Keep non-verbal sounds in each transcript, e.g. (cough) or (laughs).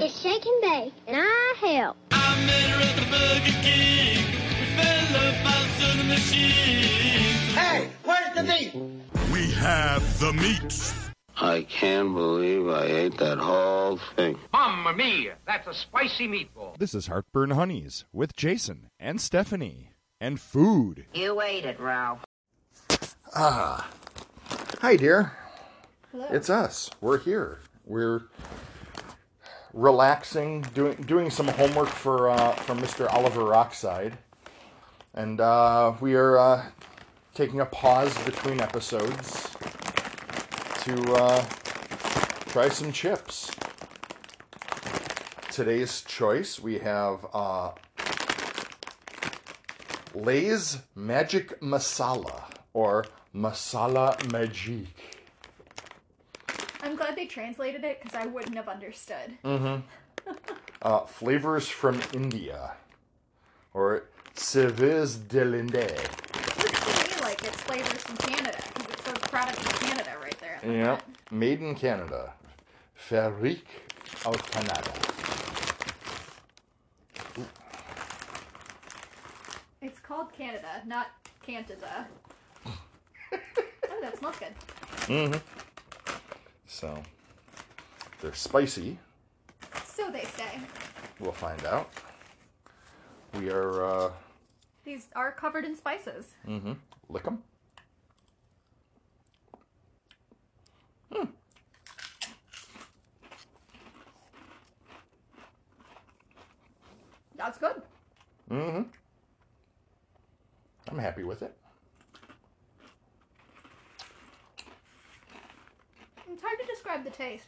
It's Shake and Bake, and I help. I met her at the Burger King. We fell in love through the machine. Hey, where's the meat? We have the meats. I can't believe I ate that whole thing. Mamma mia, that's a spicy meatball. This is Heartburn Honeys with Jason and Stephanie and food. You ate it, Ralph. Ah. Hi, dear. It's us. We're here. We're relaxing, doing doing some homework for uh, for Mr. Oliver Rockside, and uh, we are uh, taking a pause between episodes to uh, try some chips. Today's choice we have uh, Lay's Magic Masala or Masala Magique. I'm glad they translated it because I wouldn't have understood. Uh, flavors from India, or Ceviz de l'Inde. Looks to me like it's flavors from Canada because it says product from Canada right there. on the Yeah, front. made in Canada. Farik out Canada. It's called Canada, not Canada. oh, that smells good. So, they're spicy. So they say. We'll find out. We are uh, mm-hmm, These are covered in spices. Mm. lick 'em. That's good. Mm-hmm. I'm happy with it. It's hard to describe the taste.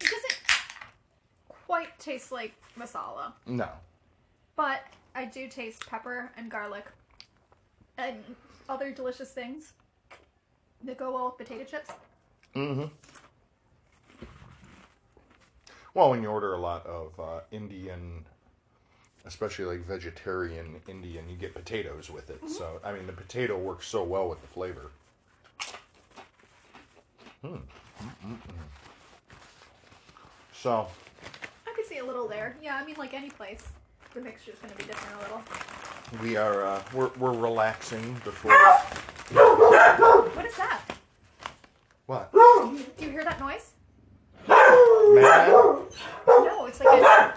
It doesn't quite taste like masala, No, but I do taste pepper and garlic and other delicious things that go well with potato chips. Well, when you order a lot of uh, Indian, especially like vegetarian Indian, you get potatoes with it. So, I mean, the potato works so well with the flavor. Hmm. Mm-mm-mm. So, I could see a little there. Yeah, I mean, like any place, the mixture's gonna be different a little. we are uh, we're, we're relaxing before What is that? what? Do you hear that noise? Man? No, it's like a.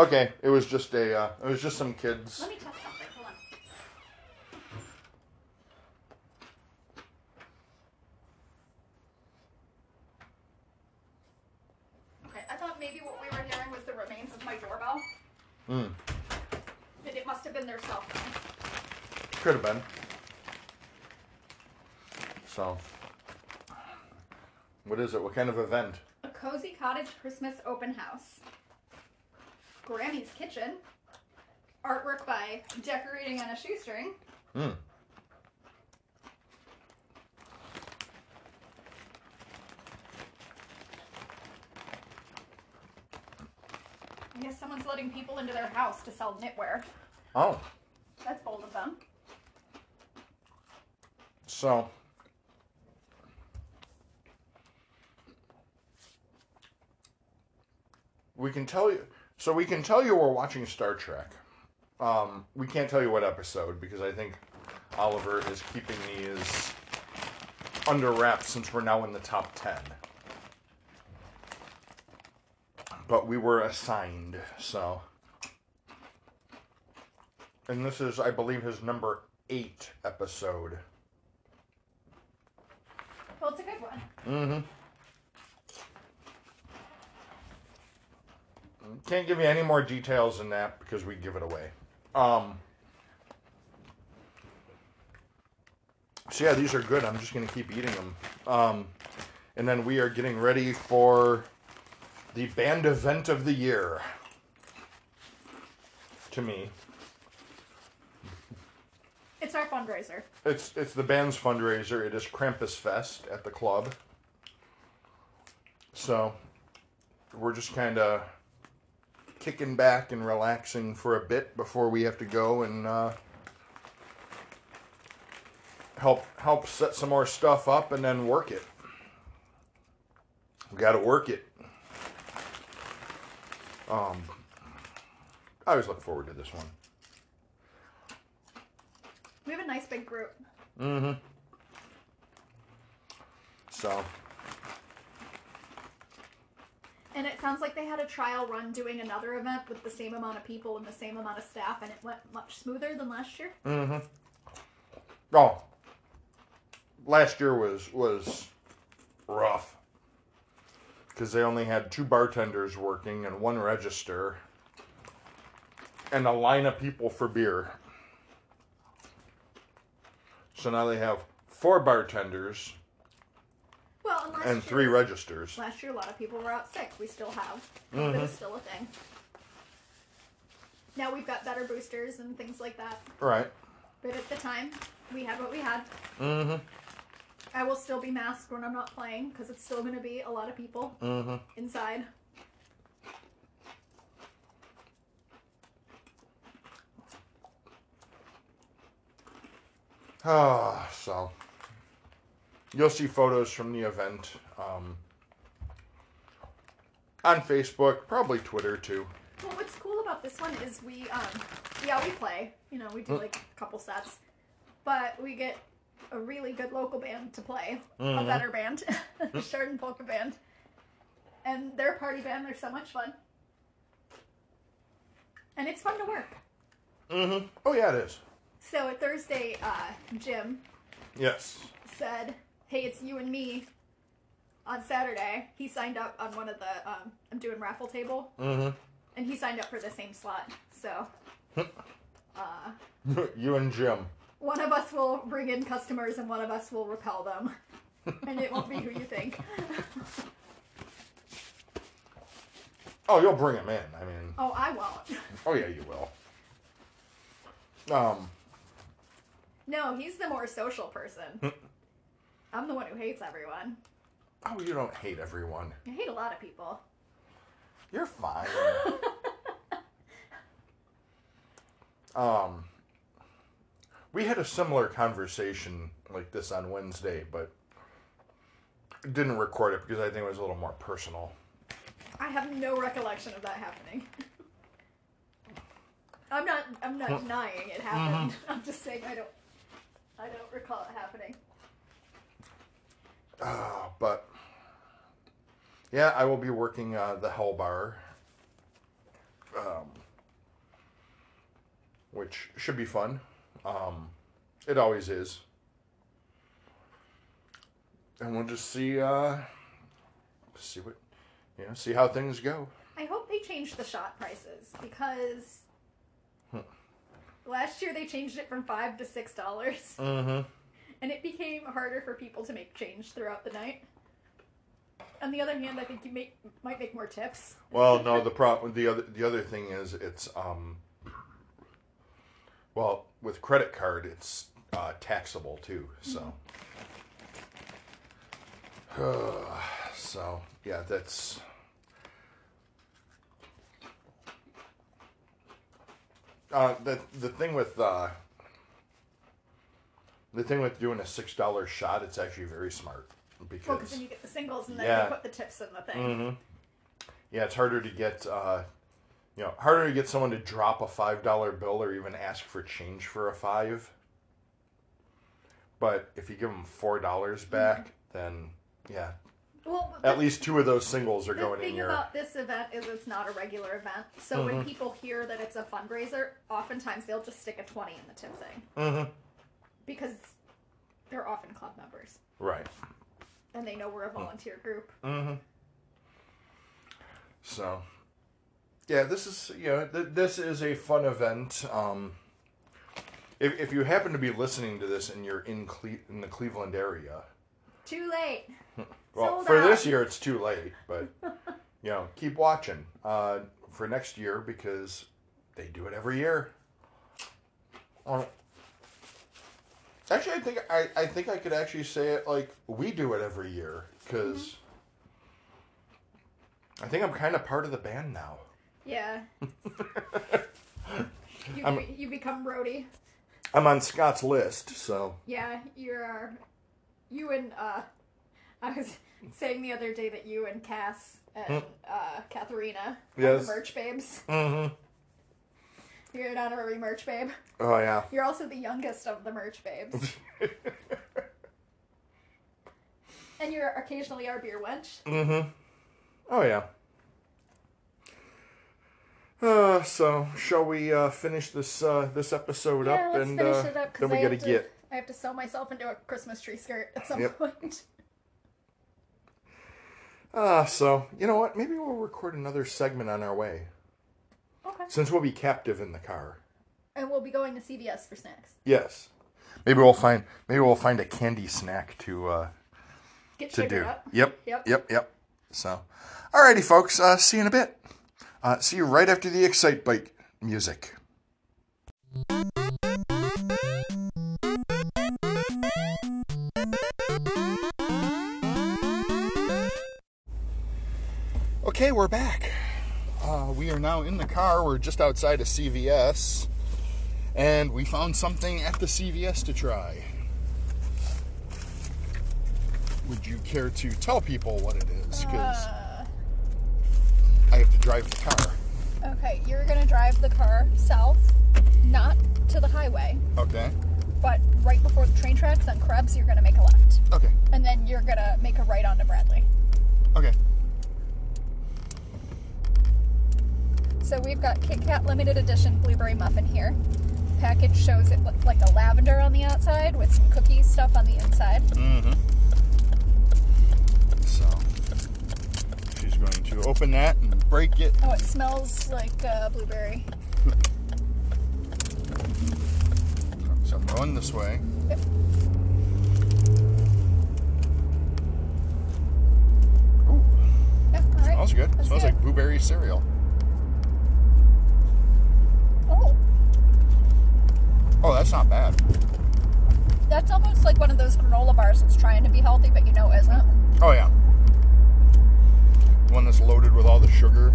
Okay, it was just a uh, it was just some kids. Let me test something. Hold on. Okay, I thought maybe what we were hearing was the remains of my doorbell. Mm, And it must have been their cell phone. could have been. So, what is it? What kind of event? A cozy cottage Christmas open house. Grammy's kitchen. Artwork by Decorating on a Shoestring. Mm. I guess someone's letting people into their house to sell knitwear. Oh, That's bold of them. so we can tell you. So we can tell you we're watching Star Trek. Um, we can't tell you what episode because I think Oliver is keeping these under wraps since we're now in the top ten. But we were assigned, so. And this is, I believe, his number eight episode. Well, it's a good one. Can't give you any more details than that because we give it away. Um, so yeah, these are good. I'm just gonna keep eating them. Um, and then we are getting ready for the band event of the year. To me, It's our fundraiser. it's it's the band's fundraiser. It is Krampus Fest at the club. So we're just kind of kicking back and relaxing for a bit before we have to go and uh, help help set some more stuff up and then work it. We got to work it. Um, I always look forward to this one. We have a nice big group. So, And it sounds like they had a trial run doing another event with the same amount of people and the same amount of staff, and it went much smoother than last year. Mm. oh, last year was was rough because they only had two bartenders working and one register and a line of people for beer. So now they have four bartenders Well, and last and year, three registers. Last year, a lot of people were out sick. We still have. COVID Mm-hmm. is still a thing. Now we've got better boosters and things like that. Right. But at the time, we had what we had. Mm-hmm. I will still be masked when I'm not playing because it's still going to be a lot of people Mm-hmm. inside. Ah, so you'll see photos from the event um, on Facebook, probably Twitter too. Well, what's cool about this one is we, um, yeah, we play. You know, we do like a couple sets, but we get a really good local band to play, a better band, (laughs) the Chardon Polka Band, and they're a party band. They're so much fun, and it's fun to work. Oh yeah, it is. So at Thursday, uh, Jim Yes. (laughs) said, "Hey, it's you and me." On Saturday, he signed up on one of the. Um, I'm doing raffle table, and he signed up for the same slot. So you and Jim. one of us will bring in customers and one of us will repel them, and it won't be who you think. Oh, you'll bring him in. I mean, Oh, I won't. oh yeah, you will. Um, No, he's the more social person. I'm the one who hates everyone. oh, you don't hate everyone. I hate a lot of people. You're fine. um, we had a similar conversation like this on Wednesday, but didn't record it because I think it was a little more personal. I have no recollection of that happening. I'm not. I'm not denying it happened. I'm just saying I don't. I don't recall it happening. Uh, But yeah, I will be working uh, the Hell Bar, um, which should be fun. Um, it always is, and we'll just see uh, see what you know, see how things go. I hope they change the shot prices because last year they changed it from five to six (laughs) dollars, Mm-hmm. and it became harder for people to make change throughout the night. On the other hand, I think you make, might make more tips. Well, no, the problem the other the other thing is it's um, well with credit card it's uh, taxable too, so. (sighs) so yeah, that's uh, the the thing with uh, the thing with doing a six dollar shot. It's actually very smart Well, because because then you get the singles, and then Yeah. Mm-hmm. you put the tips in the thing. yeah, it's harder to get, uh, you know, harder to get someone to drop a five dollar bill or even ask for change for a five. But if you give them four dollars Mm-hmm. back, then yeah, Well, but at least two of those singles are The going in thing your. Mm-hmm. about this event is it's not a regular event. So when people hear that it's a fundraiser, oftentimes they'll just stick a 20 in the tip thing. Mm-hmm. Because they're often club members right. and they know we're a volunteer group. So, yeah, this is you know th- this is a fun event. Um, if if you happen to be listening to this and you're in Cle- in the Cleveland area, Too late. (laughs) Well, Sold for out. this year, it's too late, (laughs) but you know, keep watching uh, for next year because they do it every year. Or- Actually, I think I, I think I could actually say it like we do it every year because Mm-hmm. I think I'm kind of part of the band now. (laughs) Yeah. you, you become Brody. I'm on Scott's list, so Yeah, you're. You and. uh I was. (laughs) saying the other day that you and Cass and uh, Katharina are Hmm. Yes. the merch babes. Mm-hmm. (laughs) You're an honorary merch babe. Oh yeah. You're also the youngest of the merch (laughs) babes. and you're occasionally our beer wench. Mm-hmm. Oh yeah. Uh, so shall we uh, finish this uh, this episode yeah, up let's and finish uh, it up 'cause then we I gotta have to- get I have to sew myself into a Christmas tree skirt at some Yep. point. (laughs) uh so you know what maybe we'll record another segment on our way okay. since we'll be captive in the car. And we'll be going to CVS for snacks. Yes. Maybe we'll find maybe we'll find a candy snack to uh, Get to sugar do. up. Yep. Yep. Yep. Yep. So, alrighty, folks. Uh, see you in a bit. Uh, see you right after the Excite Bike music. Okay, we're back. Uh, we are now in the car. We're just outside of CVS, and we found something at the CVS to try. Would you care to tell people what it is? Because I have to drive the car. Okay, you're gonna drive the car south, not to the highway, Okay. but right before the train tracks on Krebs, you're gonna make a left. Okay. And then you're gonna make a right onto Bradley. Okay. So we've got Kit Kat limited edition blueberry muffin here. Package shows it looks like a lavender on the outside with some cookie stuff on the inside. Mm-hmm. So she's going to open that and break it. Oh, it smells like uh, blueberry. So I'm going this way. Yep. Ooh, Yep, all right. smells good. Let's smells do it. like blueberry cereal. Oh, Oh, that's not bad. that's almost like one of those granola bars that's trying to be healthy, but you know isn't. Oh yeah. One that's loaded with all the sugar.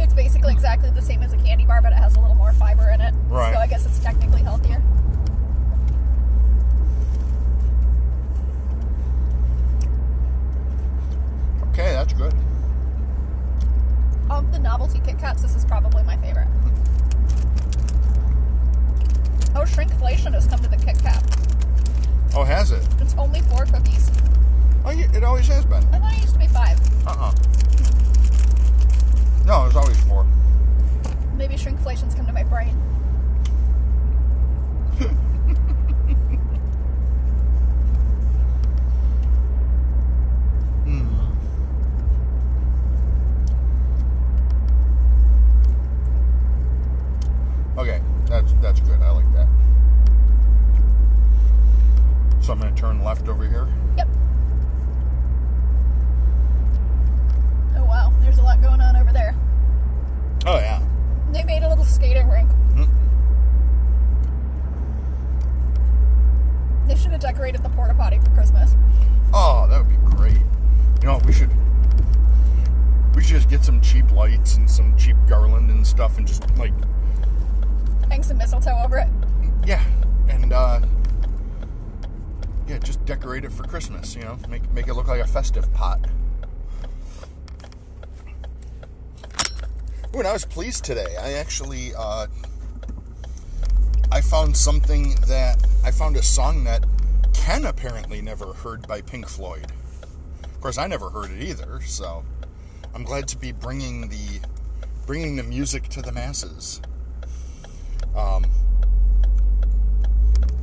It's basically exactly the same as a candy bar, but it has a little more fiber in it. Right. So I guess it's technically healthier. Okay, that's good. Of the novelty Kit Kats, this is probably my favorite. Hmm. Oh, shrinkflation has come to the Kit Kat. Oh, has it? It's only four cookies. Oh, yeah, it always has been. I thought it used to be five. Uh-uh. No, it was always four. Maybe shrinkflation's come to my brain. Okay, that's that's good. I like that. So I'm gonna turn left over here. Yep. Oh wow, there's a lot going on over there. Oh yeah. They made a little skating rink. They should have decorated the porta potty for Christmas. Oh, that would be great. You know what? We should we should just get some cheap lights and some cheap garland and stuff, and just like Hang some mistletoe over it. yeah, and uh, yeah, just decorate it for Christmas. You know, make make it look like a festive pot. Ooh, and I was pleased today. I actually uh, I found something that I found a song that Ken apparently never heard by Pink Floyd. Of course, I never heard it either. So I'm glad to be bringing the bringing the music to the masses. Um,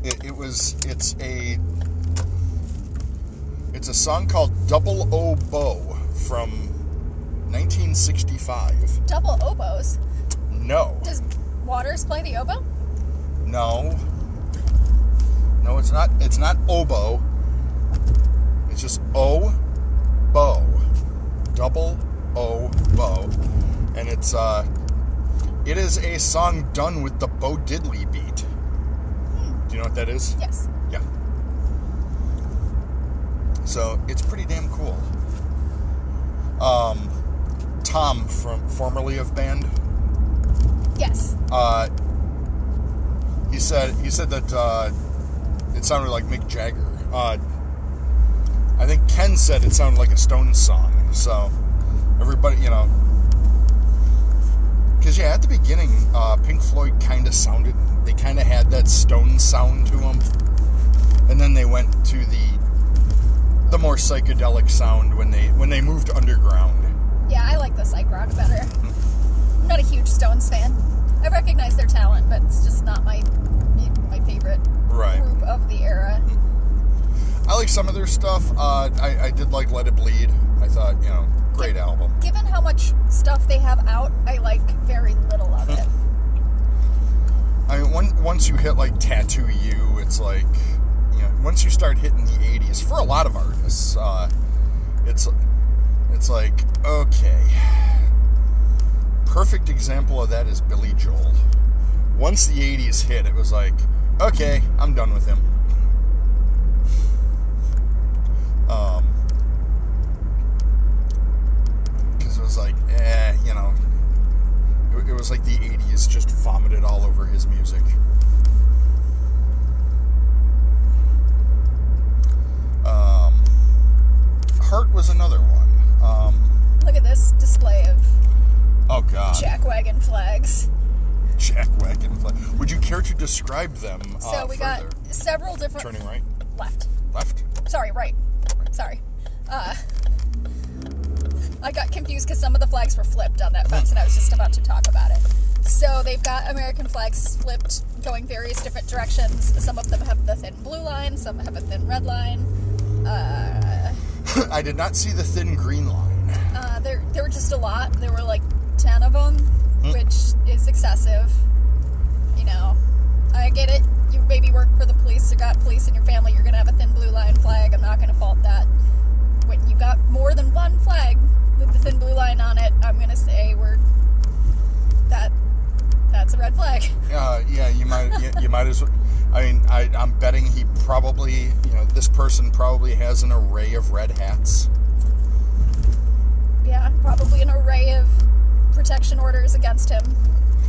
it, it was it's a it's a song called Double O Bow from 1965. Double oboes. No, Does Waters play the oboe? no, no. It's not. It's not oboe. It's just O bow, double O bow, and it's uh, it is a song done with the Bo Diddley beat. Do you know what that is? Yes. Yeah. So it's pretty damn cool. Um, Tom from formerly of band, Yes. uh, he said he said that uh, it sounded like Mick Jagger. Uh, Ken said it sounded like a Stones song. So everybody, you know, because yeah, at the beginning, uh, Pink Floyd kind of sounded. They kind of had that Stones sound to them, and then they went to the the more psychedelic sound when they when they moved underground. Yeah, I like the psych rock better. I'm not a huge Stones fan. I recognize their talent, but it's just not my my favorite Right. group of the era. I like some of their stuff. Uh, I, I did like Let It Bleed. I thought, you know, great album. Given how much stuff they have out, I like very little of it. I mean, one, once you hit like Tattoo You, it's like, you know, once you start hitting the 80s, for a lot of artists, uh, it's it's like, okay. Perfect example of that is Billy Joel. Once the 80s hit, it was like, okay, I'm done with him. Um, because it was like, eh, you know, it, it was like the 80s just vomited all over his music. Um, Hurt was another one. Um, Look at this display of oh, God. jackwagon flags. Jack Wack and Flash. Would you care to describe them uh, So we got further? several different Turning right, left. left. (coughs) Sorry, right. Sorry. Uh, I got confused because some of the flags were flipped on that fence, and I was just about to talk about it. So they've got American flags flipped, going various different directions. Some of them have the thin blue line, some have a thin red line. I did not see the thin green line. Uh, there, there were just a lot. There were like ten of them, which is excessive. You know, I get it. You maybe work for the police or got police in your family. You're gonna have a thin blue line flag. I'm not gonna fault that. When you got more than one flag with the thin blue line on it, I'm gonna say we're that. That's a red flag. (laughs) Uh, yeah, you might. You, you might as well. I mean, I, I'm betting he probably, you know, this person probably has an array of red hats. Yeah, probably an array of protection orders against him.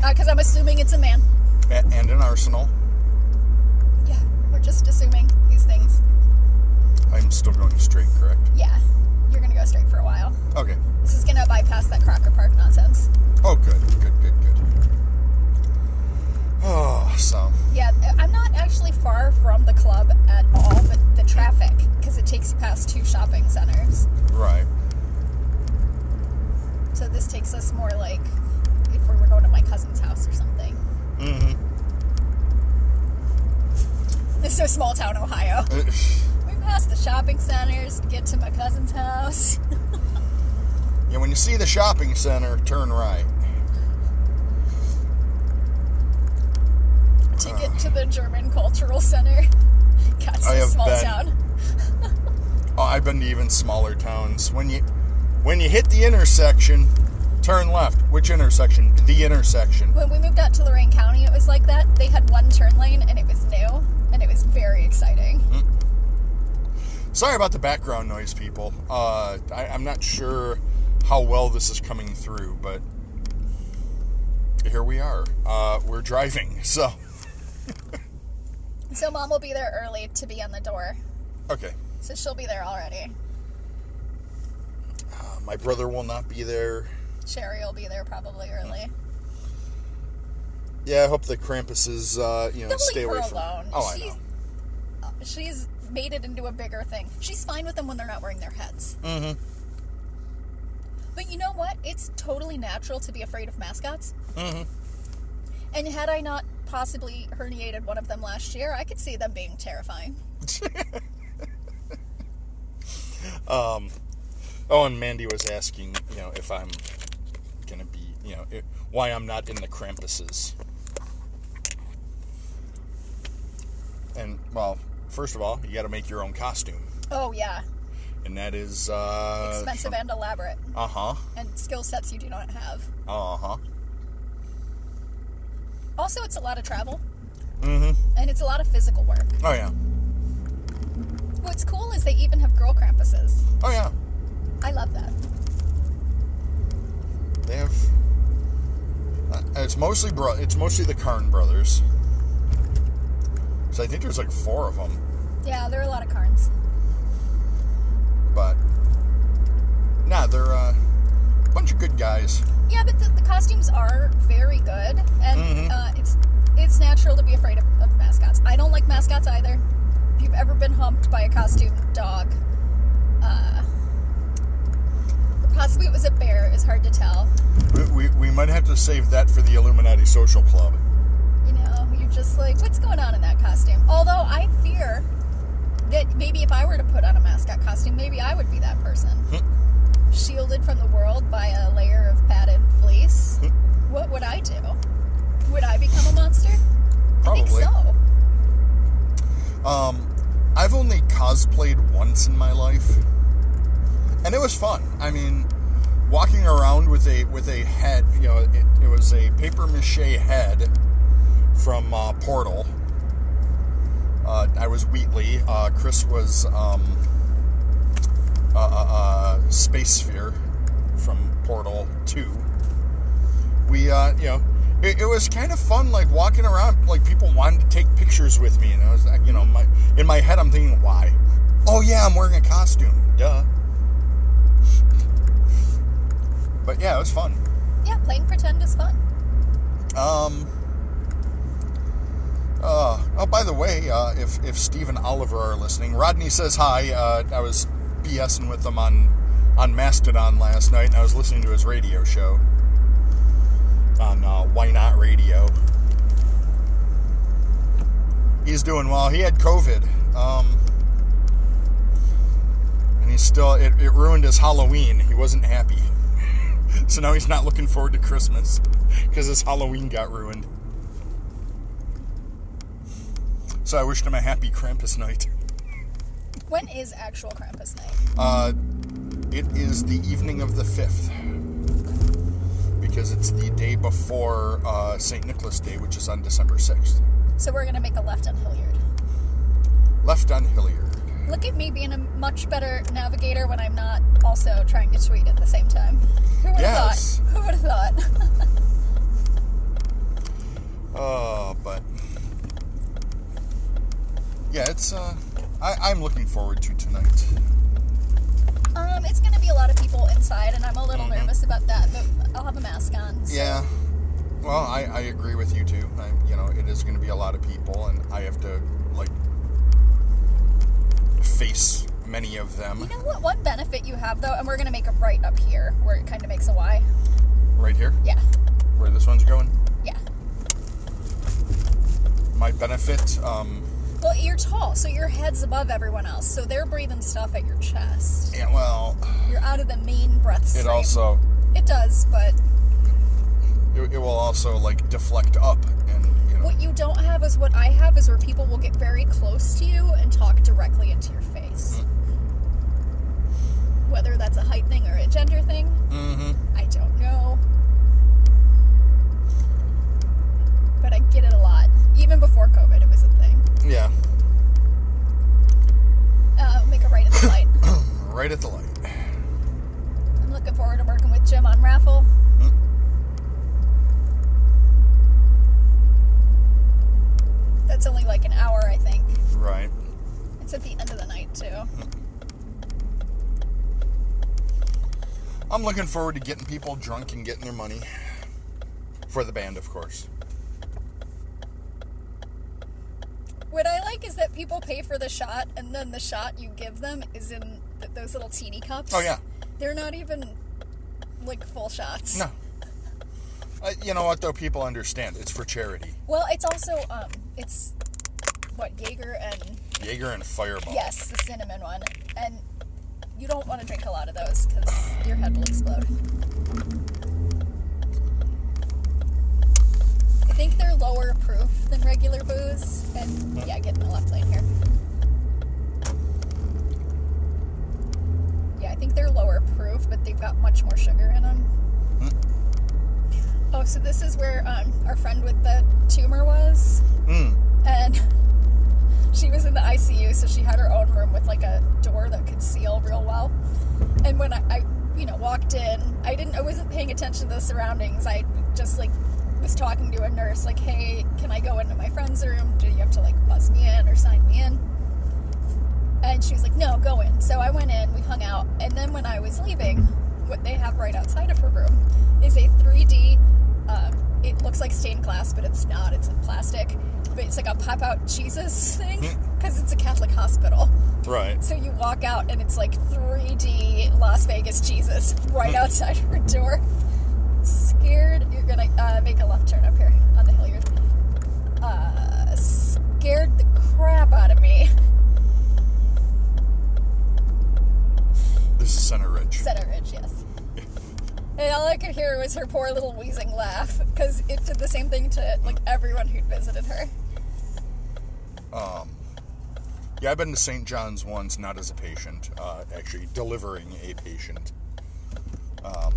Because I'm assuming it's a man. a- and an arsenal. Yeah, we're just assuming these things. I'm still going straight, correct? Yeah, you're gonna go straight for a while. Okay. This is gonna bypass that Crocker Park nonsense. Oh, good, good, good, good. Oh, so Yeah, I'm not actually far from the club at all, but the traffic, because it takes you past two shopping centers. right. So this takes us more like if we were going to my cousin's house or something. Mm-hmm. (sighs) It's so small town Ohio. We pass the shopping centers to get to my cousin's house. (laughs) Yeah, when you see the shopping center, turn right. to get to the German Cultural Center. God, it's I a have small been- town. Oh, I've been to even smaller towns. When you when you hit the intersection, turn left. Which intersection? The intersection. When we moved out to Lorain County, it was like that. They had one turn lane, and it was new, and it was very exciting. Mm. Sorry about the background noise, people. Uh, I, I'm not sure how well this is coming through, but here we are. Uh, we're driving, (laughs) so So mom will be there early to be on the door. okay. So she'll be there already. Uh, my brother will not be there. Sherry will be there probably early. Mm. Yeah, I hope the Krampus is, uh, you know, Don't stay leave her away from. alone. Oh, I she's, know. she's made it into a bigger thing. She's fine with them when they're not wearing their heads. Mhm. But you know what? It's totally natural to be afraid of mascots. Mm-hmm. And had I not possibly herniated one of them last year, I could see them being terrifying. Oh, and Mandy was asking, you know, if I'm gonna be, you know, i why I'm not in the Krampuses. And well, first of all, you got to make your own costume, Oh yeah, and that is uh, expensive and elaborate, Uh huh. and skill sets you do not have. Uh huh. Also, it's a lot of travel. Mm-hmm. And it's a lot of physical work. Oh yeah. What's cool is they even have girl Krampuses. Oh yeah. I love that. They have. uh, It's mostly bro. It's mostly the Karn brothers. So I think there's like four of them. Yeah, there are a lot of Karns. But uh, guys. Yeah, but the, the costumes are very good, and uh, it's it's natural to be afraid of, of mascots. I don't like mascots either. If you've ever been humped by a costume dog, uh, possibly it was a bear. It's hard to tell. We, we, we might have to save that for the Illuminati Social Club. You know, you're just like, what's going on in that costume? Although I fear that maybe if I were to put on a mascot costume, maybe I would be that person. Hmm. Shielded from the world by a layer of padded fleece. Hmm. what would I do? Would I become a monster? I think Probably. so. Um, I've only cosplayed once in my life, and it was fun. I mean, walking around with a with a head, you know, it, it was a paper mache head from uh, Portal. Uh, I was Wheatley. Uh, Chris was um, uh, uh, uh, Space Sphere from Portal Two we uh, you know it, it was kind of fun like walking around like people wanted to take pictures with me and i was like you know my in my head i'm thinking why oh yeah i'm wearing a costume duh but yeah it was fun Yeah, playing pretend is fun. um uh, oh by the way uh, if if steve and oliver are listening rodney says hi uh, i was bsing with them on on mastodon last night and i was listening to his radio show on uh, Why Not Radio. He's doing well. He had COVID, um, and he's still. It, it ruined his Halloween. He wasn't happy, so now he's not looking forward to Christmas because his Halloween got ruined. So I wished him a happy Krampus night. When is actual Krampus night? Uh, it is the evening of the 5th because it's the day before uh, St. Nicholas Day, which is on December 6th. So we're gonna make a left on Hilliard. Left on Hilliard. Look at me being a much better navigator when I'm not also trying to tweet at the same time. (laughs) Who would have Yes. thought? Who would have thought? (laughs) Oh, but. Yeah, it's. Uh, I, I'm looking forward to tonight. Um, it's gonna be a lot of people inside, and I'm a little nervous about that. But I'll have a mask on. so- Mm-hmm. Yeah. Well, I, I agree with you too. I, you know, it is going to be a lot of people, and I have to, like, face many of them You know what? One benefit you have though, and we're gonna make a right up here where it kind of makes a Y. right here, Yeah, where this one's going. yeah. my benefit. Um, Well, you're tall, so your head's above everyone else, so they're breathing stuff at your chest. yeah, well, You're out of the main breath it stream. also it does, but it, it will also like deflect up, and you know, what you don't have is what I have is where people will get very close to you and talk directly into your face. Mm. Whether that's a height thing or a gender thing, Mm-hmm. I don't know. But I get it a lot. Even before COVID, it was a thing. yeah, Uh, make a right at the light. (coughs) right at the light. I'm looking forward to working with Jim on raffle. That's only like an hour, I think. Right. It's at the end of the night too. I'm looking forward to getting people drunk and getting their money for the band, of course. What I like is that people pay for the shot, and then the shot you give them is in th- those little teeny cups. Oh, yeah. They're not even like full shots. No. Uh, you know what though? People understand it's for charity. Well, it's also um, it's what Jaeger and Jaeger and Fireball. yes, the cinnamon one, and you don't want to drink a lot of those because your head will explode. I think they're lower proof than regular booze, and yeah, get in the left lane here. Yeah, I think they're lower proof, but they've got much more sugar in them. Oh, so this is where um, our friend with the tumor was, and (laughs) she was in the ICU, so she had her own room with like a door that could seal real well. And when I, I you know, walked in, I didn't, I wasn't paying attention to the surroundings. I just like was talking to a nurse, like, "Hey, can I go into my friend's room? Do you have to like buzz me in or sign me in?" And she was like, "No, go in." So I went in. We hung out, and then when I was leaving, what they have right outside of her room is a 3D. Um, it looks like stained glass, but it's not. It's like plastic. But it's like a pop out Jesus thing because it's a Catholic hospital. Right. So you walk out and it's like 3D Las Vegas Jesus right outside her door. Scared, you're gonna uh, make a left turn up here on the Hilliard. Uh, scared the crap out of me. This is Center Ridge. Center Ridge, yes. And all I could hear was her poor little wheezing laugh because it did the same thing to like everyone who'd visited her. Yeah, I've been to St. John's once, not as a patient, uh, actually delivering a patient. Um,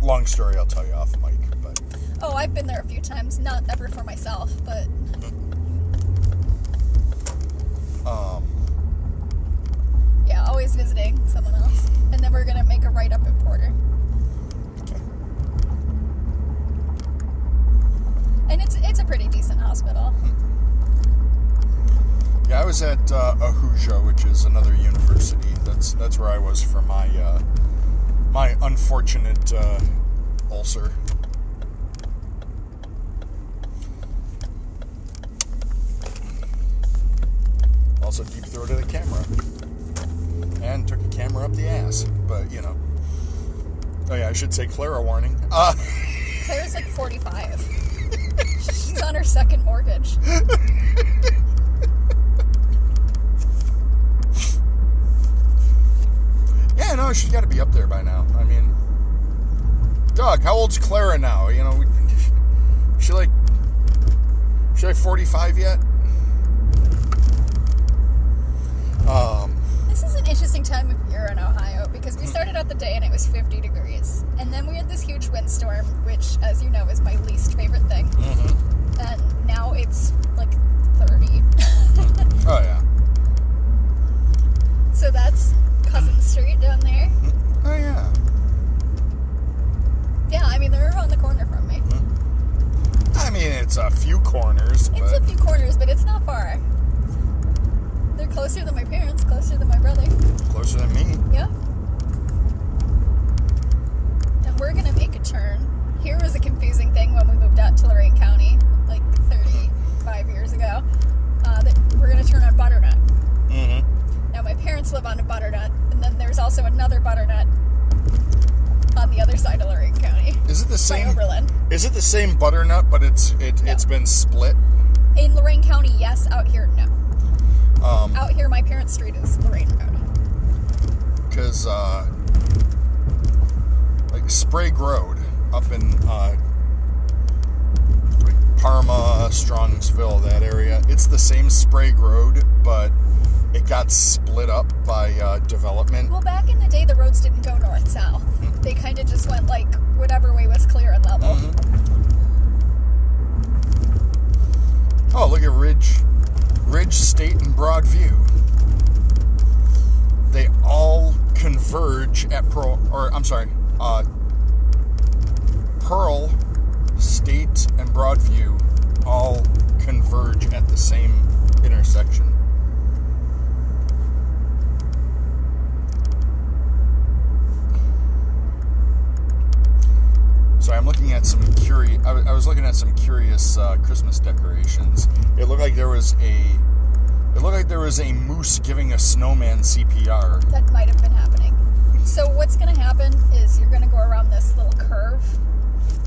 long story, I'll tell you off mic, but Oh, I've been there a few times, not ever for myself, but um, yeah, always visiting someone else. And then we're gonna make a right up in Porter. And it's it's a pretty decent hospital. yeah, I was at uh, Ahuja, which is another university. That's that's where I was for my uh, my unfortunate uh, ulcer. Also, deep throated a camera and took a camera up the ass, but you know. Oh yeah, I should say Clara warning. Uh, (laughs) Claire's like 45. She's on her second mortgage. Yeah, no, she's got to be up there by now. I mean, Doug, how old's Clara now? You know, we, (laughs) she like she like forty five yet? Um, This is an interesting time of year in Ohio because we started out the day and it was 50 degrees. And then we had this huge windstorm, which, as you know, is my least favorite thing. And now it's like 30. oh yeah, (laughs) so that's Cousin Street down there. oh yeah. Yeah, I mean, they're around the corner from me. I mean, it's a few corners, It's a but few corners, but it's not far. They're closer than my parents, closer than my brother. closer than me. Yeah. And we're gonna make a turn. Here was a confusing thing when we moved out to Lorain County, like 35 years ago. Uh, that we're gonna turn on Butternut. Mm-hmm. Now my parents live on a Butternut, and then there's also another Butternut on the other side of Lorain County, Is it the by same? Oberlin. Is it the same butternut? But it's it it's been split. In Lorain County, yes. Out here, no. Um, Out here, my parents' street is Lorain Road. because uh, like Sprague Road up in uh, like Parma, Strongsville, that area. It's the same Sprague Road, but it got split up by uh, development. Well, back in the day, the roads didn't go north south. They kind of just went like whatever way was clear and level. Mm-hmm. Oh, look at Ridge, Ridge State and Broadview. They all converge at Pearl, or I'm sorry, uh, Pearl State and Broadview all converge at the same intersection. So I'm looking at some curious. I wa- I was looking at some curious uh, Christmas decorations. It looked like there was a. It looked like there was a moose giving a snowman CPR. that might have been happening. So what's going to happen is you're going to go around this little curve.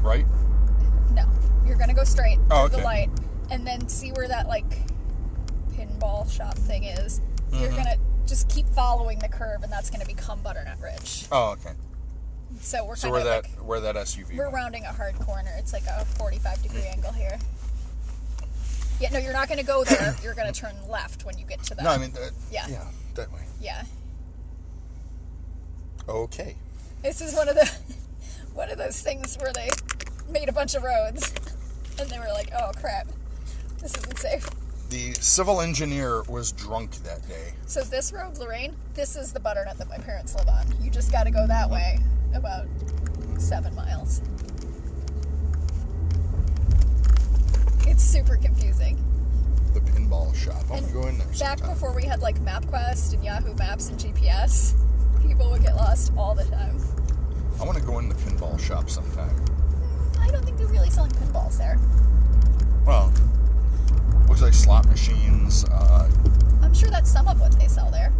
Right? No, you're going to go straight through Oh, the okay. light, and then see where that like pinball shop thing is. You're Mm-hmm. going to just keep following the curve, and that's going to become Butternut Ridge. Oh, okay. So we're So kind where of that like where that SUV? we're went. rounding a hard corner. It's like a 45 degree Mm. angle here. Yeah, no, you're not going to go there. You're going to turn left when you get to that. No, I mean, that, Yeah. yeah, that way. yeah. Okay. This is one of the (laughs) one of those things where they made a bunch of roads (laughs) and they were like, "Oh crap, this isn't safe." The civil engineer was drunk that day. So this road, Lorraine, this is the butternut that my parents live on. You just got to go that way about seven miles. It's super confusing. The pinball shop. I'm And gonna go in there. Back sometime. before we had like MapQuest and Yahoo Maps and GPS, People would get lost all the time. I want to go in the pinball shop sometime. I don't think they're really selling pinballs there. Well, looks like slot machines. Uh, I'm sure that's some of what they sell there.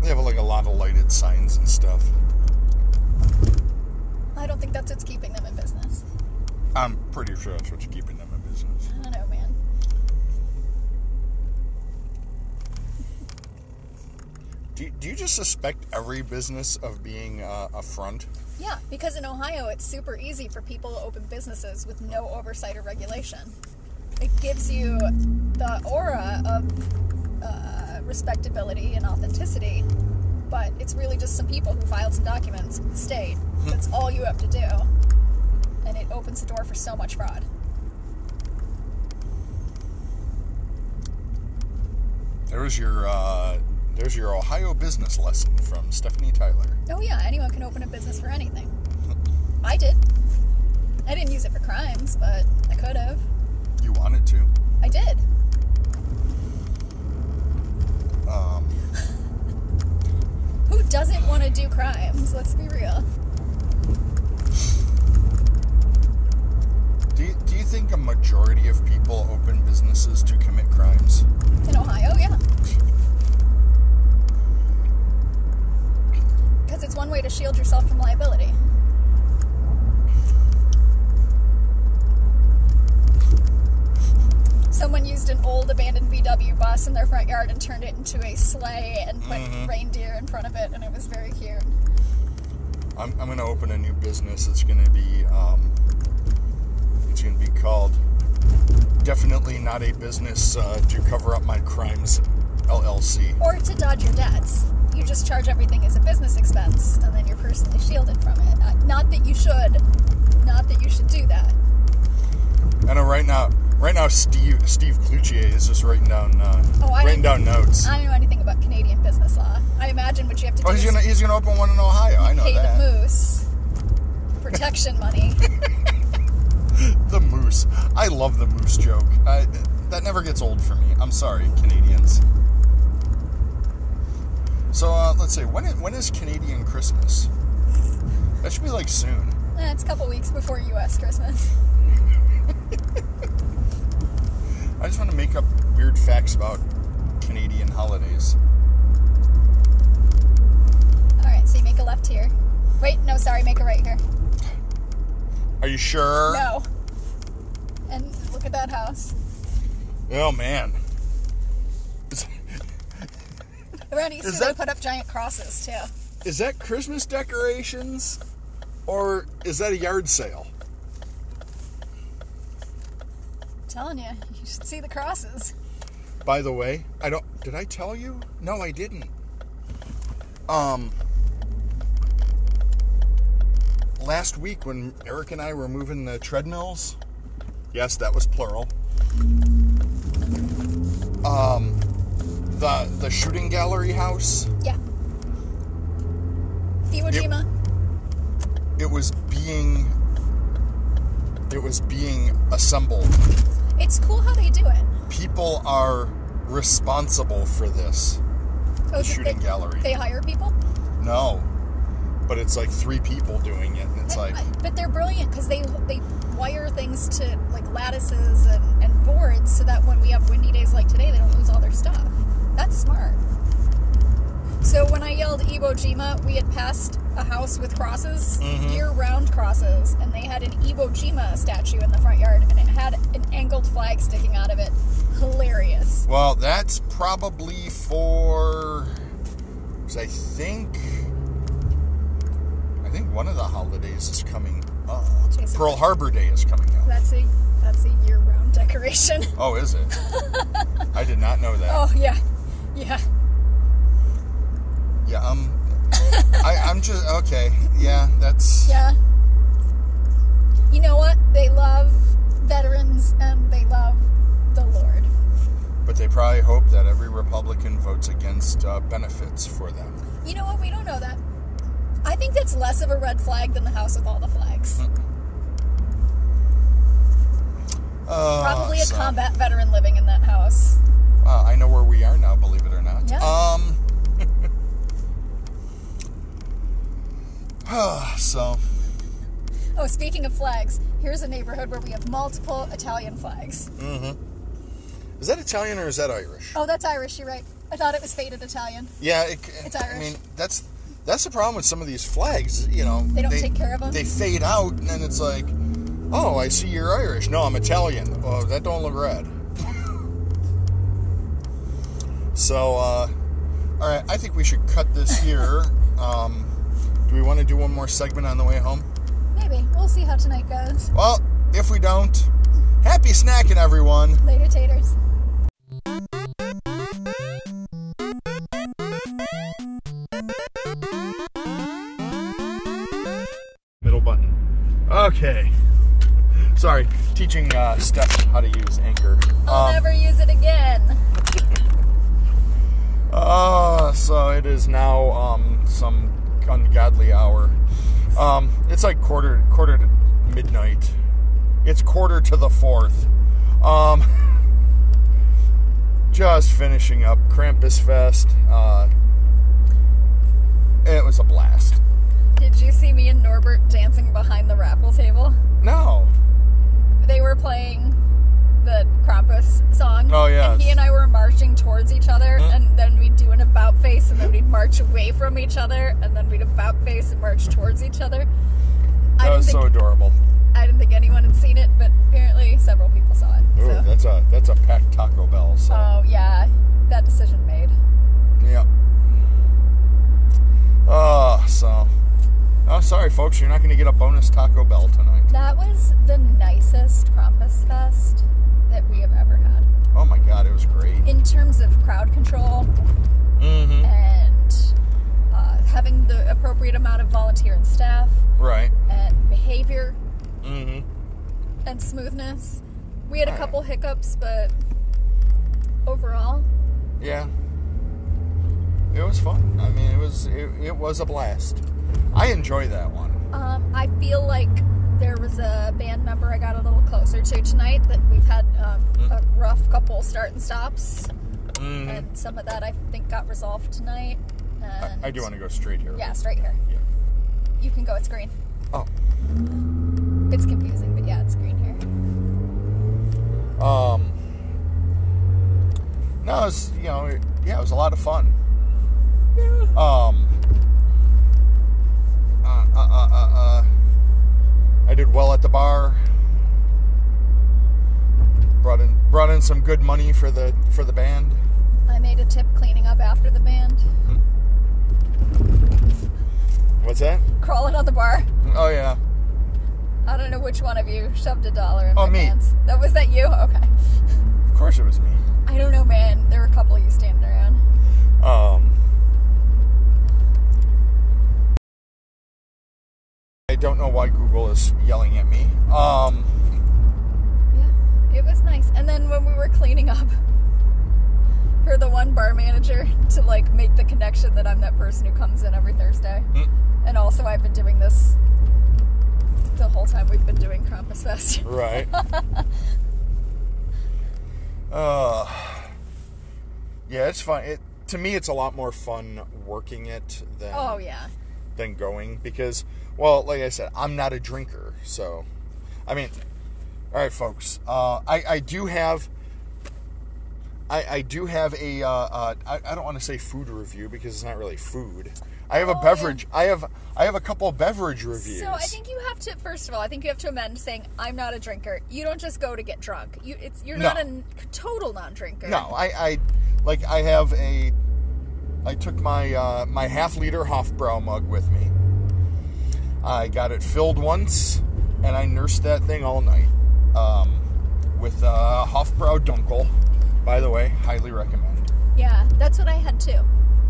they have like a lot of lighted signs and stuff. I don't think that's what's keeping them in business. I'm pretty sure that's what's keeping them in business. I don't know, man. Do, do you just suspect every business of being uh, a front? Yeah, because in Ohio, it's super easy for people to open businesses with no oversight or regulation. It gives you the aura of uh, respectability and authenticity, but it's really just some people who filed some documents with the state. That's all you have to do. And it opens the door for so much fraud. There's your uh, there's your Ohio business lesson from Stephanie Tyler. Oh, yeah, anyone can open a business for anything. I did. I didn't use it for crimes, but I could have. You wanted to. I did. Um, Who doesn't want to do crimes? Let's be real. do, you, do you think a majority of people open businesses to commit crimes? In Ohio, yeah. Because it's one way to shield yourself from liability. Someone used an old abandoned VW bus in their front yard and turned it into a sleigh and put reindeer in front of it, and it was very cute. I'm, I'm going to open a new business. It's going to be um, it's going to be called definitely not a business uh, to cover up my crimes LLC. Or to dodge your debts. You just charge everything as a business expense, and then you're personally shielded from it. Uh, Not that you should. Not that you should do that. I know right now right now Steve Steve Cloutier is just writing down uh, Oh, I writing down didn't- notes. I don't know anything about Canadian business law. I imagine what you have to do oh, he's is gonna he's gonna open one in Ohio. I know pay that. the moose (laughs) protection money. The moose. I love the moose joke. I, that never gets old for me. I'm sorry, Canadians. So uh, let's see. When is, when is Canadian Christmas? That should be like soon. Eh, it's a couple weeks before U.S. Christmas. I just want to make up weird facts about Canadian holidays. All right, so you make a left here. Wait, no, sorry, make a right here. Are you sure? No. And look at that house. Oh man. Is, Around Easter, Is they that- put up giant crosses too. is that Christmas decorations, or is that a yard sale? telling you, you should see the crosses. By the way, I don't. Did I tell you? No, I didn't. Um. Last week when Eric and I were moving the treadmills, yes, that was plural. Um, the the shooting gallery house. Yeah. Iwo Yep. Jima. It was being. It was being assembled. It's cool how they do it. People are responsible for this. Oh, did shooting they, gallery. They hire people. No. But it's like three people doing it, and it's like, but they're brilliant because they they wire things to like lattices and, and boards so that when we have windy days like today, they don't lose all their stuff. That's smart. So when I yelled Iwo Jima, we had passed a house with crosses, Mm-hmm. year-round crosses, and they had an Iwo Jima statue in the front yard, and it had an angled flag sticking out of it. Hilarious. well, that's probably for. 'cause I think. I think one of the holidays is coming up. Jason. Pearl Harbor Day is coming up. That's a that's a year-round decoration. (laughs) Oh, is it? I did not know that. Oh yeah, yeah. Yeah, um. I, I'm just. Okay. Yeah, that's. Yeah. You know what? They love veterans and they love the Lord. But they probably hope that every Republican votes against uh, benefits for them. You know what? We don't know that. I think that's less of a red flag than the house with all the flags. Uh, Probably a so- uh, combat veteran living in that house. Wow, I know where we are now, believe it or not. Yeah. Um (laughs) (sighs) Oh, speaking of flags, here's a neighborhood where we have multiple Italian flags. Is that Italian or is that Irish? Oh, that's Irish. You're right. I thought it was faded Italian. Yeah, it, It's I Irish. mean, that's that's the problem with some of these flags. You know, They don't take care of 'em. They fade out, and then it's like, oh, I see you're Irish. No, I'm Italian. Oh, that don't look red. (laughs) so, uh, all right, I think we should cut (laughs) this here. um, do we want to do one more segment on the way home? Maybe we'll see how tonight goes. Well, if we don't, happy snacking, everyone. Later, taters. Middle button. Okay. Sorry, teaching uh, Steph how to use Anchor. Um, I'll never use it again. Uh, so it is now um, some ungodly hour. Um, it's like quarter quarter to midnight. It's quarter to the fourth. Um, (laughs) just finishing up Krampus Fest. Uh, it was a blast. Did you see me and Norbert dancing behind the raffle table? No, They were playing the Krampus song. Oh, yes. Mm-hmm. And he and I were marching towards each other, and then we'd do an about face, and then we'd march away from each other, and then we'd about face and march towards each other. that I didn't was so think adorable. I didn't think anyone had seen it, but apparently several people saw it. Ooh, so. that's a that's a packed Taco Bell. So. Oh yeah, that decision made. Yeah. Oh, so. Oh, sorry, folks. You're not going to get a bonus Taco Bell tonight. That was the nicest Krampus fest that we have ever had Oh my God, it was great. in terms of crowd control Mm-hmm. and uh, having the appropriate amount of volunteer and staff Right. and behavior Mm-hmm. and smoothness. We had a couple hiccups, but overall, Yeah. It was fun. I mean, it was it, it was a blast. I enjoy that one. Um, I feel like there was a band member I got a little closer to tonight that we've had um, Mm. a rough couple start and stops, and some of that I think got resolved tonight. And Mm-hmm. I do want to go straight here. Yeah, straight here. Yeah. You can go. It's green. Oh. It's confusing, but yeah, it's green here. Um. No, it was you know it, yeah, it was a lot of fun. Um. Uh, uh, uh, uh, uh, I did well at the bar. Brought in brought in some good money for the for the band. I made a tip cleaning up after the band, What's that? crawling on the bar. Oh yeah. I don't know which one of you shoved a dollar in Oh, my me. pants. That was that you? Okay. Of course it was me. I don't know, man. There were a couple of you standing around. Um, I don't know why Google is yelling at me. Um, Yeah, it was nice. And then when we were cleaning up, (laughs) for the one bar manager to like make the connection that I'm that person who comes in every Thursday, Mm. and also I've been doing this the whole time we've been doing Krampus Fest. (laughs) right. uh, yeah, it's fun. It to me, it's a lot more fun working it than Oh yeah, than going because, well, like I said, I'm not a drinker. So, I mean, all right, folks. Uh, I I do have. I, I do have a uh, uh, I, I don't want to say food review because it's not really food. I have a Oh, yeah. beverage. I have I have a couple beverage reviews. so I think you have to first of all, I think you have to amend saying I'm not a drinker. You don't just go to get drunk. You it's you're No. not a n- total non-drinker. no, I, I like I have a I took my uh, my half liter Hofbrau mug with me. I got it filled once, and I nursed that thing all night um, with uh, Hofbrau Dunkel. By the way, highly recommend. Yeah, that's what I had too.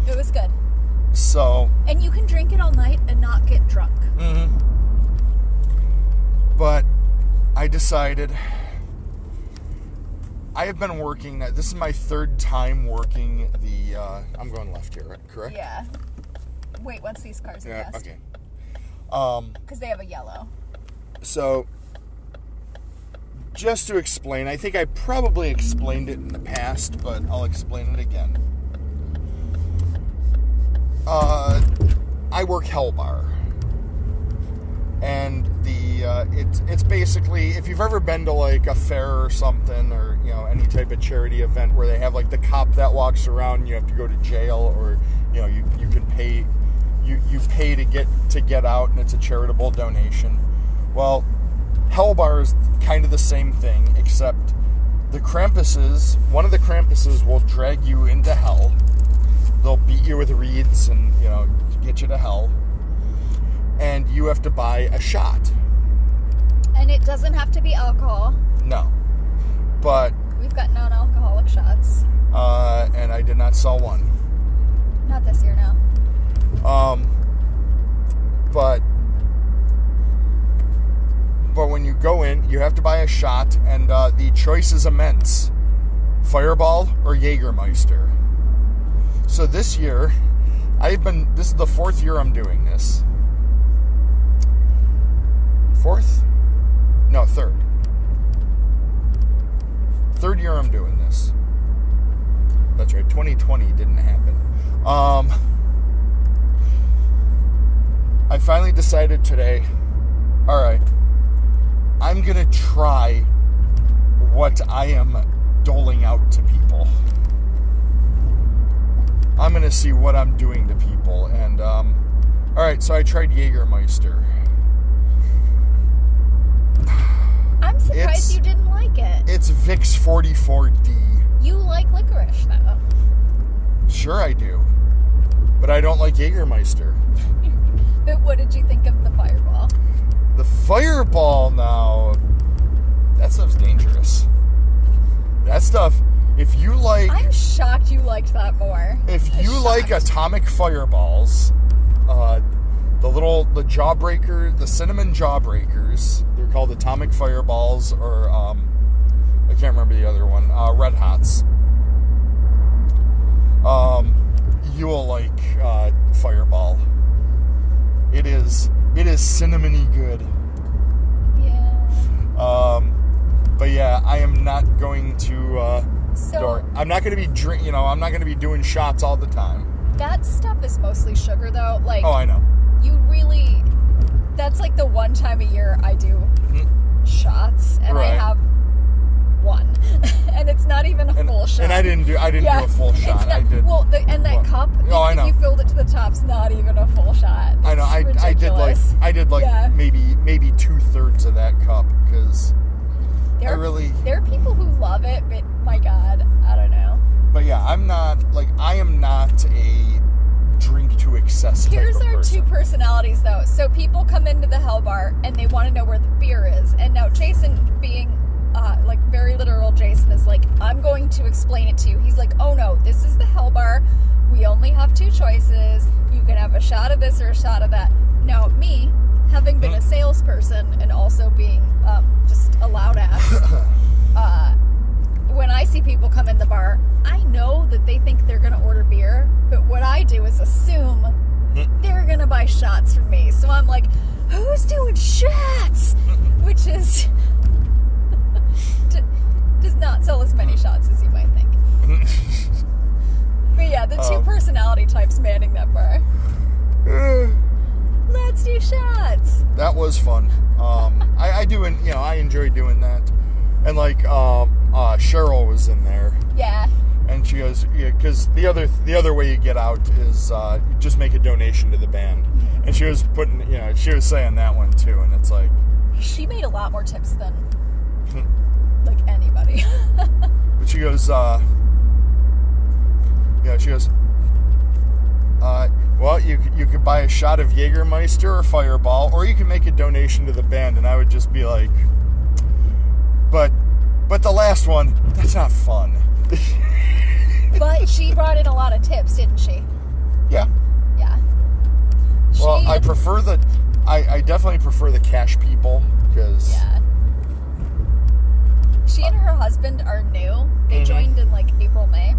It was good. So, And you can drink it all night and not get drunk. Hmm? but I decided I have been working. This is my third time working the. Uh, I'm going left here, correct? Yeah. Wait, once these cars are Yeah. passed. Okay. Um, Because they have a yellow. So, just to explain, I think I probably explained it in the past, but I'll explain it again. Uh, I work Hell Bar, and the uh, it's it's basically if you've ever been to like a fair or something or you know any type of charity event where they have like the cop that walks around and you have to go to jail or you know you, you can pay you, you pay to get to get out and it's a charitable donation well Hellbar is kind of the same thing except the Krampuses one of the Krampuses will drag you into hell they'll beat you with reeds and you know get you to hell and you have to buy a shot And it doesn't have to be alcohol. no but We've got non-alcoholic shots. uh, and i did not sell one Not this year now. Um, but but when you go in, you have to buy a shot, and uh, the choice is immense: Fireball or Jägermeister. So this year, I've been. This is the fourth year I'm doing this. Fourth? No, third. Third year I'm doing this. That's right. 2020 didn't happen. Um. I finally decided today, all right, I'm going to try what I am doling out to people. I'm going to see what I'm doing to people. And, um, all right, so I tried Jägermeister. I'm surprised It's- you didn't like it. It's VIX 44D. You like licorice though. Sure, I do. But I don't like Jägermeister. But what did you think of the fireball? The fireball now. That stuff's dangerous. That stuff, if you like. I'm shocked you liked that more. If you Shocked. like atomic fireballs, uh, the little the jawbreaker, the cinnamon jawbreakers, they're called atomic fireballs, or um, I can't remember the other one, uh, red hots. Um, you will like uh, fireball. It is it is cinnamony good. yeah. Um, but yeah, I am not going to. Uh, So- door- I'm not going to be drink. You know, I'm not going to be doing shots all the time. That stuff is mostly sugar though. Like Oh, I know. you really that's like the one time a year I do shots and Mm-hmm. Right. I have one. (laughs) and it's not even a And, full shot. and I didn't do I didn't do a full it's shot. Not, I did. Well, the, and that one. cup, Oh, I if know. you filled it to the top's not even a full shot. I know. I, It's I did like ridiculous. I did like Yeah. maybe maybe two thirds of that cup because There, I really. there are people who love it, but my God, I don't know. But yeah, I'm not like I am not a drink to excess. type Here's of our person. two personalities, though. So people come into the Hell Bar and they want to know where the beer is. And now Jason, being uh, like very literal, Jason is like, "I'm going to explain it to you." He's like, "Oh no, this is the Hell Bar. We only have two choices. You can have a shot of this or a shot of that." Now me, having been a salesperson and also being um, just a (coughs) loud ass. uh, when I see people come in the bar, I know that they think they're going to order beer, but what I do is assume they're going to buy shots from me. So I'm like, who's doing shots? (laughs) Which is. d- does not sell as many shots as you might think. but yeah, the two Um. personality types manning that bar. Let's do shots. (sighs) that was fun. Um, I, I do and you know I enjoy doing that, and like um, uh, Cheryl was in there. Yeah. And she goes, yeah, because the other the other way you get out is uh, you just make a donation to the band. And she was putting, you know, she was saying that one too. And it's like, She made a lot more tips than like anybody. (laughs) but she goes, uh, yeah, she goes, uh, well, you c- you could buy a shot of Jägermeister or Fireball, or you can make a donation to the band. And I would just be like, but but the last one, that's not fun. but she brought in a lot of tips, didn't she? Yeah. Yeah. Well, she, I prefer the, I, I definitely prefer the cash people because. Yeah. She and her husband are new. They joined in like April, May,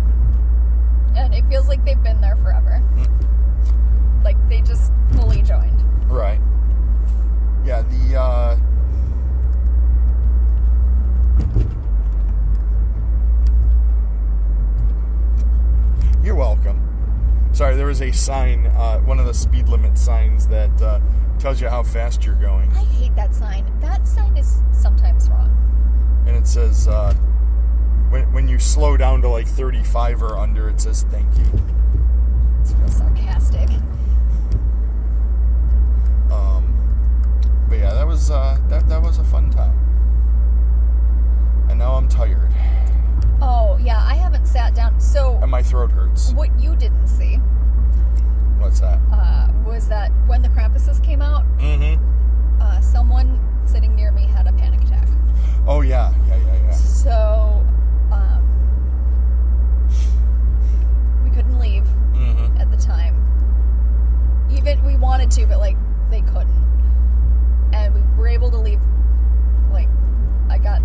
and it feels like they've been there forever. Like they just fully joined. Right. Yeah, the uh You're welcome. Sorry, there was a sign, uh, one of the speed limit signs that uh, tells you how fast you're going, I hate that sign. That sign is sometimes wrong. and it says uh, when when you slow down to like 35 or under, it says thank you. It's real sarcastic. Um, but yeah, that was uh, that that was a fun time. And now I'm tired, Oh yeah, I haven't sat down. So and my throat hurts. what you didn't see What's that? uh, was that when the Krampuses came out, Mm-hmm. uh, someone sitting near me had a panic attack. Oh yeah, yeah, yeah, yeah. So um, we couldn't leave Mm-hmm. at the time. Even we wanted to, but like they couldn't, and we were able to leave. Like I got,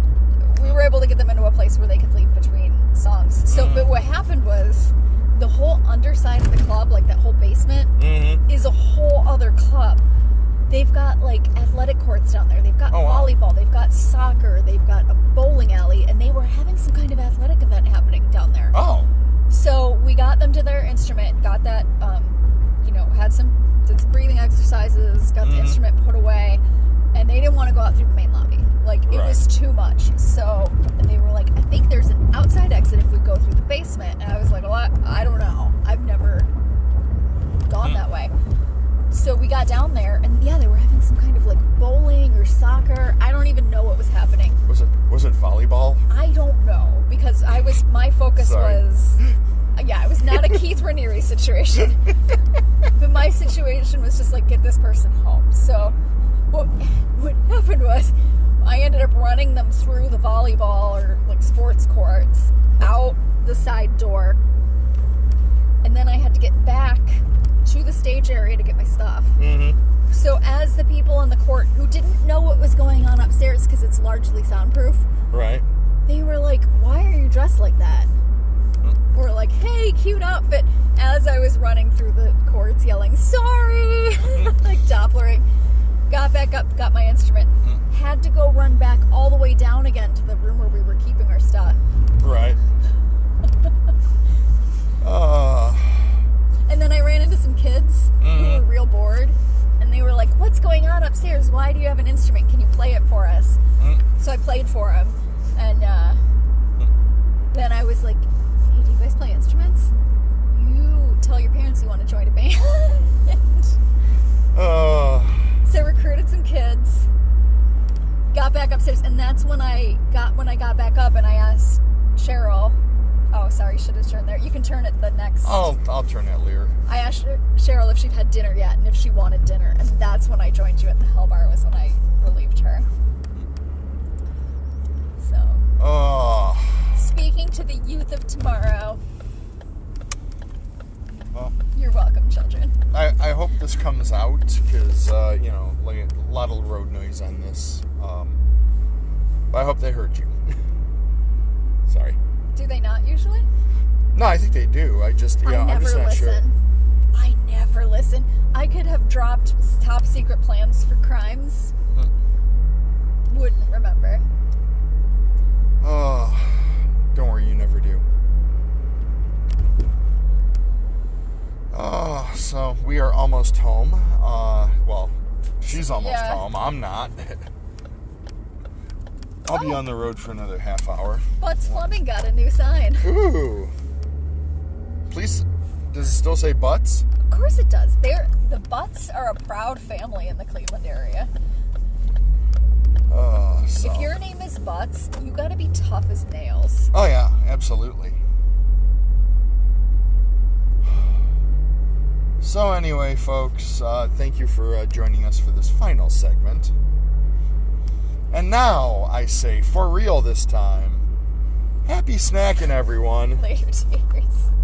we were able to get them into a place where they could leave between songs. So, but what happened was the whole underside of the club, like that whole basement, Mm-hmm. is a whole other club. They've got like athletic courts down there. They've got Oh, wow. volleyball. They've got soccer. They've got a bowling alley, and they were having some kind of athletic event happening down there. Oh, So we got them to their instrument, got that, um, you know, had some did some breathing exercises, got the instrument put away, and they didn't want to go out through the main lobby. Like it was too much. So and they were like, I think there's an outside exit if we go through the basement. And I was like, well, I, I don't know. I've never gone that way. So we got down there, and yeah, they were having some kind of like bowling or soccer. I don't even know what was happening. was it was it volleyball? I don't know because I was my focus Sorry. was uh, yeah, it was not a Keith Raniere situation. (laughs) but my situation was just like get this person home. So what what happened was I ended up running them through the volleyball or like sports courts out the side door. And then I had to get back to the stage area to get my stuff. So as the people on the court who didn't know what was going on upstairs because it's largely soundproof, Right. they were like, "Why are you dressed like that?" Or like, "Hey, cute outfit." As I was running through the courts, yelling, "Sorry!" (laughs) like Dopplering, got back up, got my instrument, had to go run back all the way down again to the room where we were keeping our stuff, Right. (laughs) uh, and then I ran into some kids who were real bored, and they were like, "What's going on upstairs? Why do you have an instrument? Can you play it for us?" So I played for them, and uh, then I was like, "Hey, do you guys play instruments? You tell your parents you want to join a (laughs) band." uh, so I recruited some kids, got back upstairs, and that's when I got when I got back up, and I asked Cheryl. Oh, sorry, should have turned there. You can turn it the next. I'll I'll turn that later. I asked Cheryl if she'd had dinner yet and if she wanted dinner, and that's when I joined you at the Hell Bar was when I relieved her. So, Uh, speaking to the youth of tomorrow, well, you're welcome, children. I, I hope this comes out because uh, you know like a lot of road noise on this. Um, but I hope they hurt you. (laughs) Sorry. Do they not usually? No, I think they do. I just you know I I'm never just not sure. listen. I never listen. I could have dropped top secret plans for crimes. Mm-hmm. Wouldn't remember. Oh, don't worry, you never do. Oh, so we are almost home. Uh, well, she's almost Yeah. home. I'm not. (laughs) I'll Oh. be on the road for another half hour. Butts Plumbing got a new sign. Ooh. Please, does it still say butts? Of course it does. They're, the Butts are a proud family in the Cleveland area. Oh, so. If your name is Butts, you gotta be tough as nails. (laughs) Oh yeah, absolutely. So anyway, folks, uh, thank you for uh, joining us for this final segment. And now I say, for real this time, happy snacking, everyone. Later, cheers.